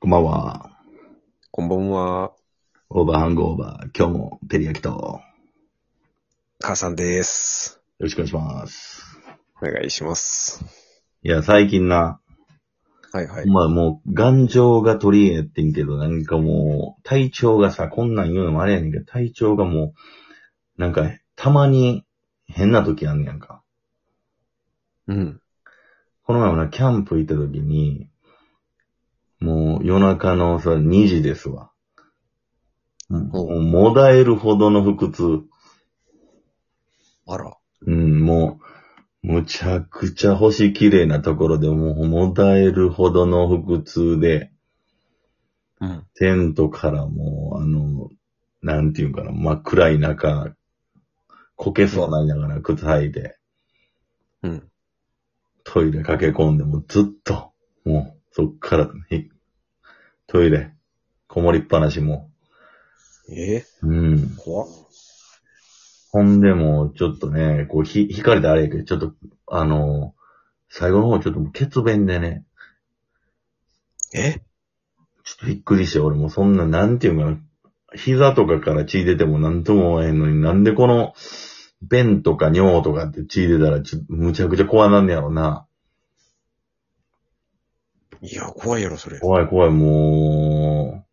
こんばんは。こんばんは、オーバーハングオーバー。今日も照り焼きと、よ母さんです。ろしくお願いします。お願いします。いや、最近な、はいはい。まあもう、頑丈が取り柄やってんけど、なんかもう、体調がさ、こんなん言うのもあれやねんけど、体調がもう、なんか、たまに変な時あんねやんか。うん。この前もな、キャンプ行った時に、もう夜中のさ、2時ですわ。もう、もだえるほどの腹痛。あら。うん、もう、むちゃくちゃ星綺麗なところでもう、もだえるほどの腹痛で、うん。テントからもう、あの、なんていうんかな、真っ暗い中、こけそうになりながら靴履いて、うん。トイレ駆け込んで、もうずっと、もう、そっから、へトイレ、こもりっぱなしもえう。うん。怖っ。ほんでもう、ちょっとね、こう、ひ、引かれてあれやけど、ちょっと、あの、最後の方ちょっともう血便でね、えちょっとびっくりして、俺もそんな、なんていうのかな、膝とかから血出てもなんとも思えへんのに、なんでこの、便とか尿とかって血出たら、ちょむちゃくちゃ怖なんねやろな。いや、怖いやろ、それ。怖い怖い、も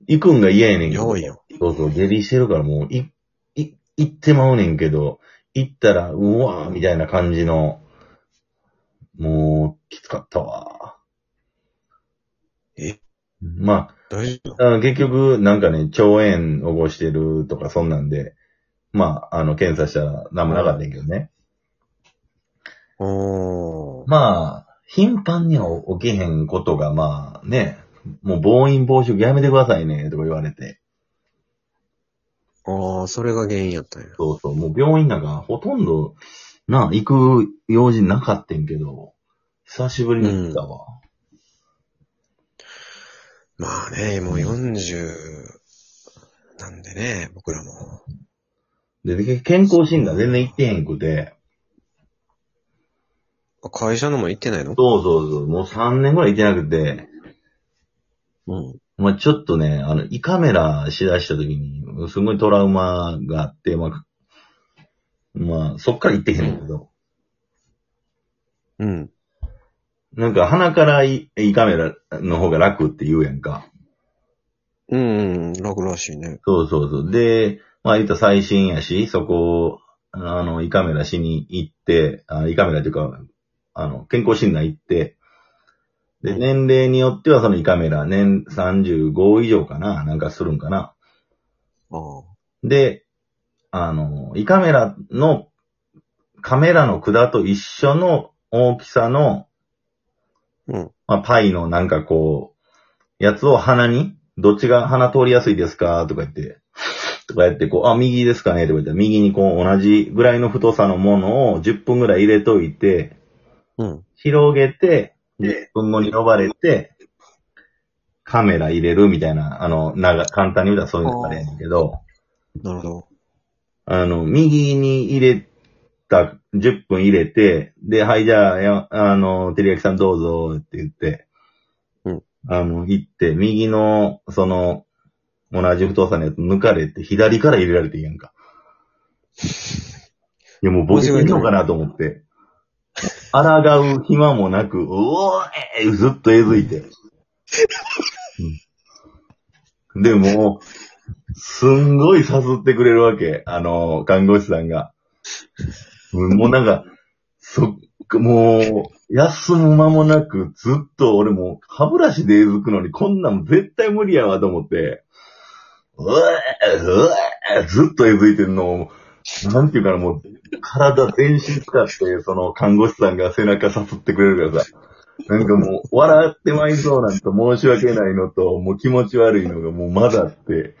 う、行くんが嫌やねんけやどばい、よ。そうそう、下痢してるからもう、い、い、行ってまうねんけど、行ったら、うわーみたいな感じの、もう、きつかったわ。えまあ、大丈夫なのあ結局、なんかね、腸炎を起こしてるとか、そんなんで、まあ、あの、検査したら何もなかったんやけどね。おー。まあ、頻繁には起きへんことが、まあね、もう暴飲暴食やめてくださいね、とか言われて。あー、それが原因やったんや。そうそう、もう病院なんかほとんど、なあ、行く用事なかったんけど、久しぶりに行ったわ。まあね、もう40なんでね、僕らも。で、け健康診断全然行ってへんくて、あ会社のも行ってないのそうそうそう、もう3年ぐらい行ってなくて、うん。まあちょっとね、あの、胃カメラしだした時に、すごいトラウマがあって、まあ、まあ、そっから行ってへんねんけど、うん。なんか鼻から胃胃カメラの方が楽って言うやんか。うん、うん、楽らしいね。そうそうそう。で、まあ言ったら最新やし、そこを、あの、胃カメラしに行って、あ胃カメラっていうか、あの、健康診断行って、で、うん年齢によってはその胃カメラ、年35以上かななんかするんかなあー。で、あの、胃カメラの、カメラの管と一緒の大きさの、うん。まあ、パイのなんかこう、やつを鼻に、どっちが鼻通りやすいですかとか言って、とかやって、こう、あ、右ですかねとか言って、右にこう、同じぐらいの太さのものを10分ぐらい入れといて、うん。広げて、10分後に呼ばれて、カメラ入れるみたいな、あの、なんか簡単に言うたらそういうのがあれやねんけど、なるほど。あの、右に入れた、10分入れて、で、はい、じゃあ、やあの、照り焼きさんどうぞって言って、うんあの、行って、右の、その、同じ太さのやつ抜かれて、左から入れられていいやんか。いや、もうボケてんのかなと思って。抗う暇もなく、うおーえーずっとえずい て。うんでも、すんごい誘ってくれるわけ。あの、看護師さんが。うんもうなんか、そっ、もう、休む間もなく、ずっと俺もう歯ブラシでえずくのに、こんなん絶対無理やわと思って、うえー、うえー、ずっとえずいてんのを、なんていうかな、もう、体全身使って、その看護師さんが背中さすってくれるからさ、なんかもう、笑ってまいそうなんと申し訳ないのと、もう気持ち悪いのがもうまだあって、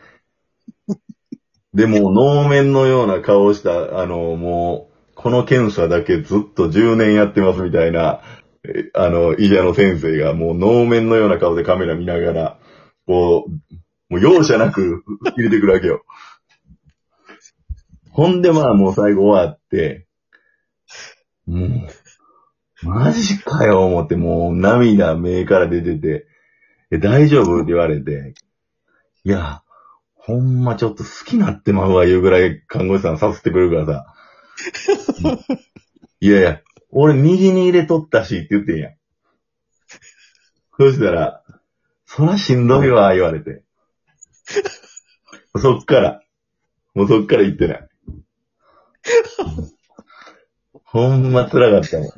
でも、能面のような顔をした、あの、もう、この検査だけずっと10年やってますみたいな、えあの、医者の先生が、もう能面のような顔でカメラ見ながら、こう、もう容赦なく入れてくるわけよ。 ほんで、まあ、もう最後終わって、もう、マジかよ、思って、もう涙目から出てて、で大丈夫って言われて、いや、ほんまちょっと好きなってまうわ、いうぐらい看護師さんさせてくれるからさ。 いやいや、俺右に入れとったしって言ってんや。そうしたら、そらしんどいわ、言われて。 そっから、もうそっから行ってない。 ほんま辛かったもん。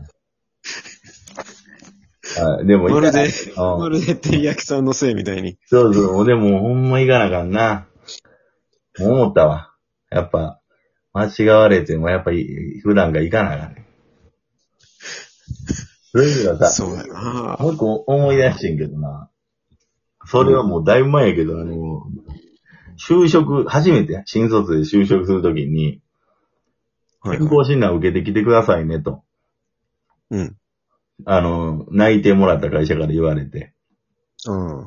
はい、でもまるで、うんまるで、てりやきさんのせいみたいに。そうそう、でもほんま行かなあかんな。思ったわ。やっぱ、間違われても、やっぱり、普段が行かなあかんね。それではさ、そうだよなもう一個思い出してんけどな。それはもうだいぶ前やけど、あの、就職、初めて新卒で就職するときに、はい健はい。康診断受けてきてくださいねと、うん。あの、内定もらった会社から言われて。うん。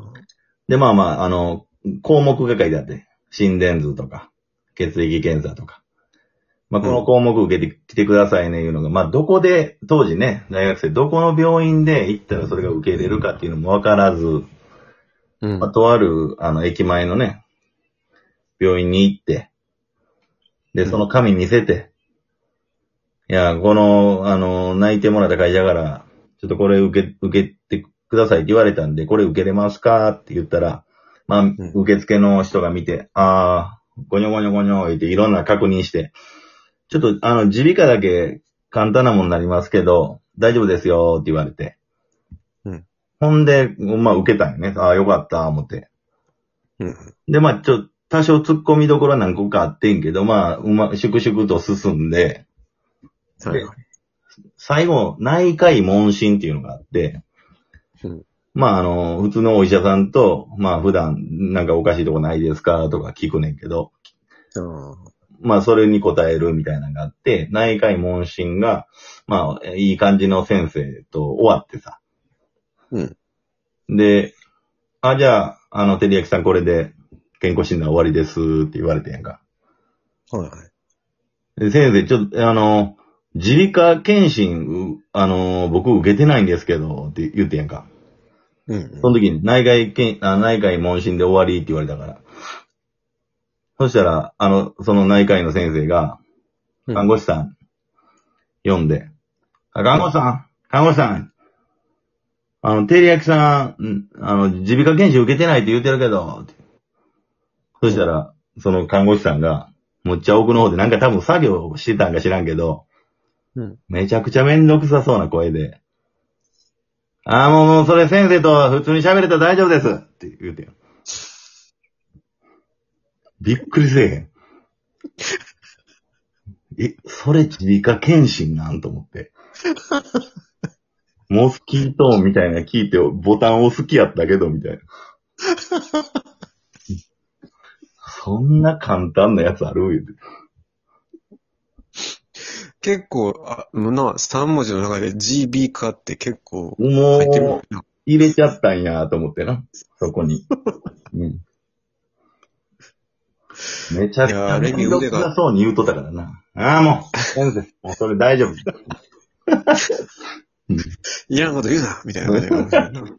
で、まあまあ、あの、項目が書いてあって、心電図とか、血液検査とか。まあ、この項目受けてきてくださいね、いうのが、まあ、どこで、当時ね、大学生、どこの病院で行ったらそれが受け入れるかっていうのもわからず、うんまあ、。とある、あの、駅前のね、病院に行って、で、その紙見せて、いや、この、あの、泣いてもらった会社から、ちょっとこれ受け、受けてくださいって言われたんで、これ受けれますかって言ったら、まあ、受付の人が見て、ああ、ごにょごにょごにょ言っていろんな確認して、ちょっと、あの、耳鼻科だけ簡単なものになりますけど、大丈夫ですよって言われて。うんほんで、まあ受けたんよね。ああ、よかった、思って。うん。で、まあ、ちょ、多少突っ込みどころは何個かあってんけど、まあ、うま、粛々と進んで、はいはい。最後、内科医問診っていうのがあって、うんまあ、あの、普通のお医者さんと、まあ、普段、なんかおかしいとこないですかとか聞くねんけど、うんまあ、それに答えるみたいなのがあって、内科医問診が、まあ、いい感じの先生と終わってさ。うん。で、あ、じゃあ、あの、照り焼きさんこれで健康診断終わりですって言われてんやんか。はいはい。で先生、ちょっと、あの、耳鼻科検診、うあの、僕受けてないんですけど、って言ってんやんか。うんその時に内外検あ内外問診で終わりって言われたから。そしたら、あの、その内科医の先生が、うん。看護師さん、読んで、あ看護師さん、看護師さん、あの、照り焼きさん、んあの、耳鼻科検診受けてないって言ってるけど、ってそしたら、その看護師さんが、むっちゃ奥の方でなんか多分作業をしてたんか知らんけど、うんめちゃくちゃめんどくさそうな声で、ああ、もう、もう、それ先生とは普通に喋れたら大丈夫ですって言うてよ。びっくりせえへん。え、それ耳鼻科検診なんと思って。モスキートーンみたいなの聞いて、ボタン押す気やったけど、みたいな。そんな簡単なやつある言うて結構、あ、な、三文字の中で GB 化って結構入ってるもも、うんな。入れちゃったんや、と思ってな。そこ に。うん。めちゃくちいやゃ、ーレミ腕がそうに言うとったからな。ああ、もう、先生、もうそれ大丈夫。いらんこと言うなみたいな感じかもしれない な。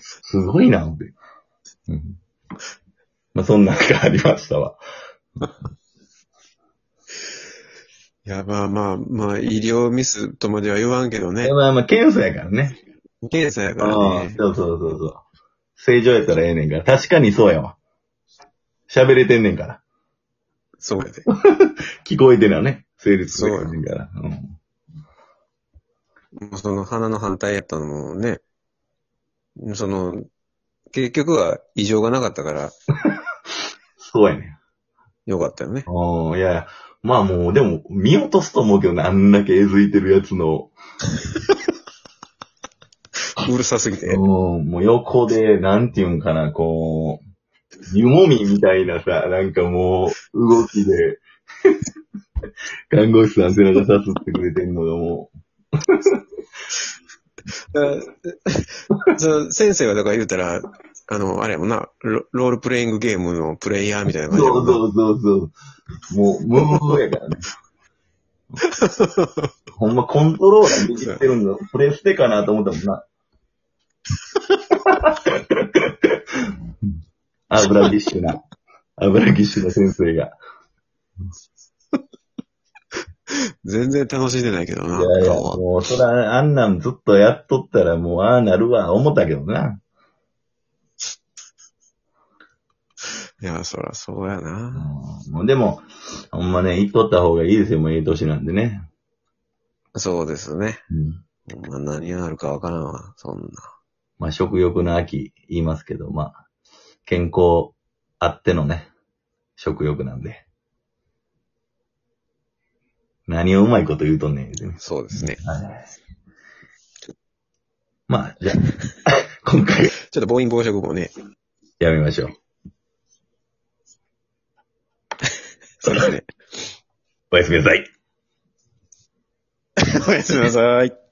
すごいな、って。うん。まあ、そんなんがありましたわ。いや、まあまあ、まあ、医療ミスとまでは言わんけどね。まあまあ、検査やからね。検査やかあらあ、ね。そうそうそうそう。正常やったらええねんから。確かにそうやわ。喋れてんねんから。そうやで。聞こえてるよね。成立してんねんから。うん。もうその鼻の反対やったのもね、その、結局は異常がなかったから、そうやねん。よかったよね。うん、いやいや。まあもう、でも、見落とすと思うけどね、あんだけえずいてるやつの。うるさすぎうてん、。もう横で、なんていうんかな、こう、湯もみみたいなさ、なんかもう、動きで、看護師さん背中さすってくれてんのがもだその先生はだから言うたら、あの、あれやもんなロ、ロールプレイングゲームのプレイヤーみたいなう、感じやそもんうなそうそうそう、もう、ムーブやからね。 ほんまコントローラー握ってるの、プレステかなと思ったもんな。油ぎっしゅな、油ぎっしゅな先生が。全然楽しんでないけどいな、やいや、顔は。もうそら、あんなんずっとやっとったらもうああなるわ、思ったけどな。いや、そらそうやな。うんもうでも、ほんまね、言っとった方がいいですよ、もういい年なんでね。そうですね。うんまあ、何があるかわからんわ、そんな。まあ、食欲の秋言いますけど、まあ、健康あってのね、食欲なんで。何をうまいこと言うとんねん、言うてね。そうですね。まあ、じゃ あ、今回、ちょっと暴飲暴食もね、やめましょう。そ うですね。おやすみなさい。おやすみなさい。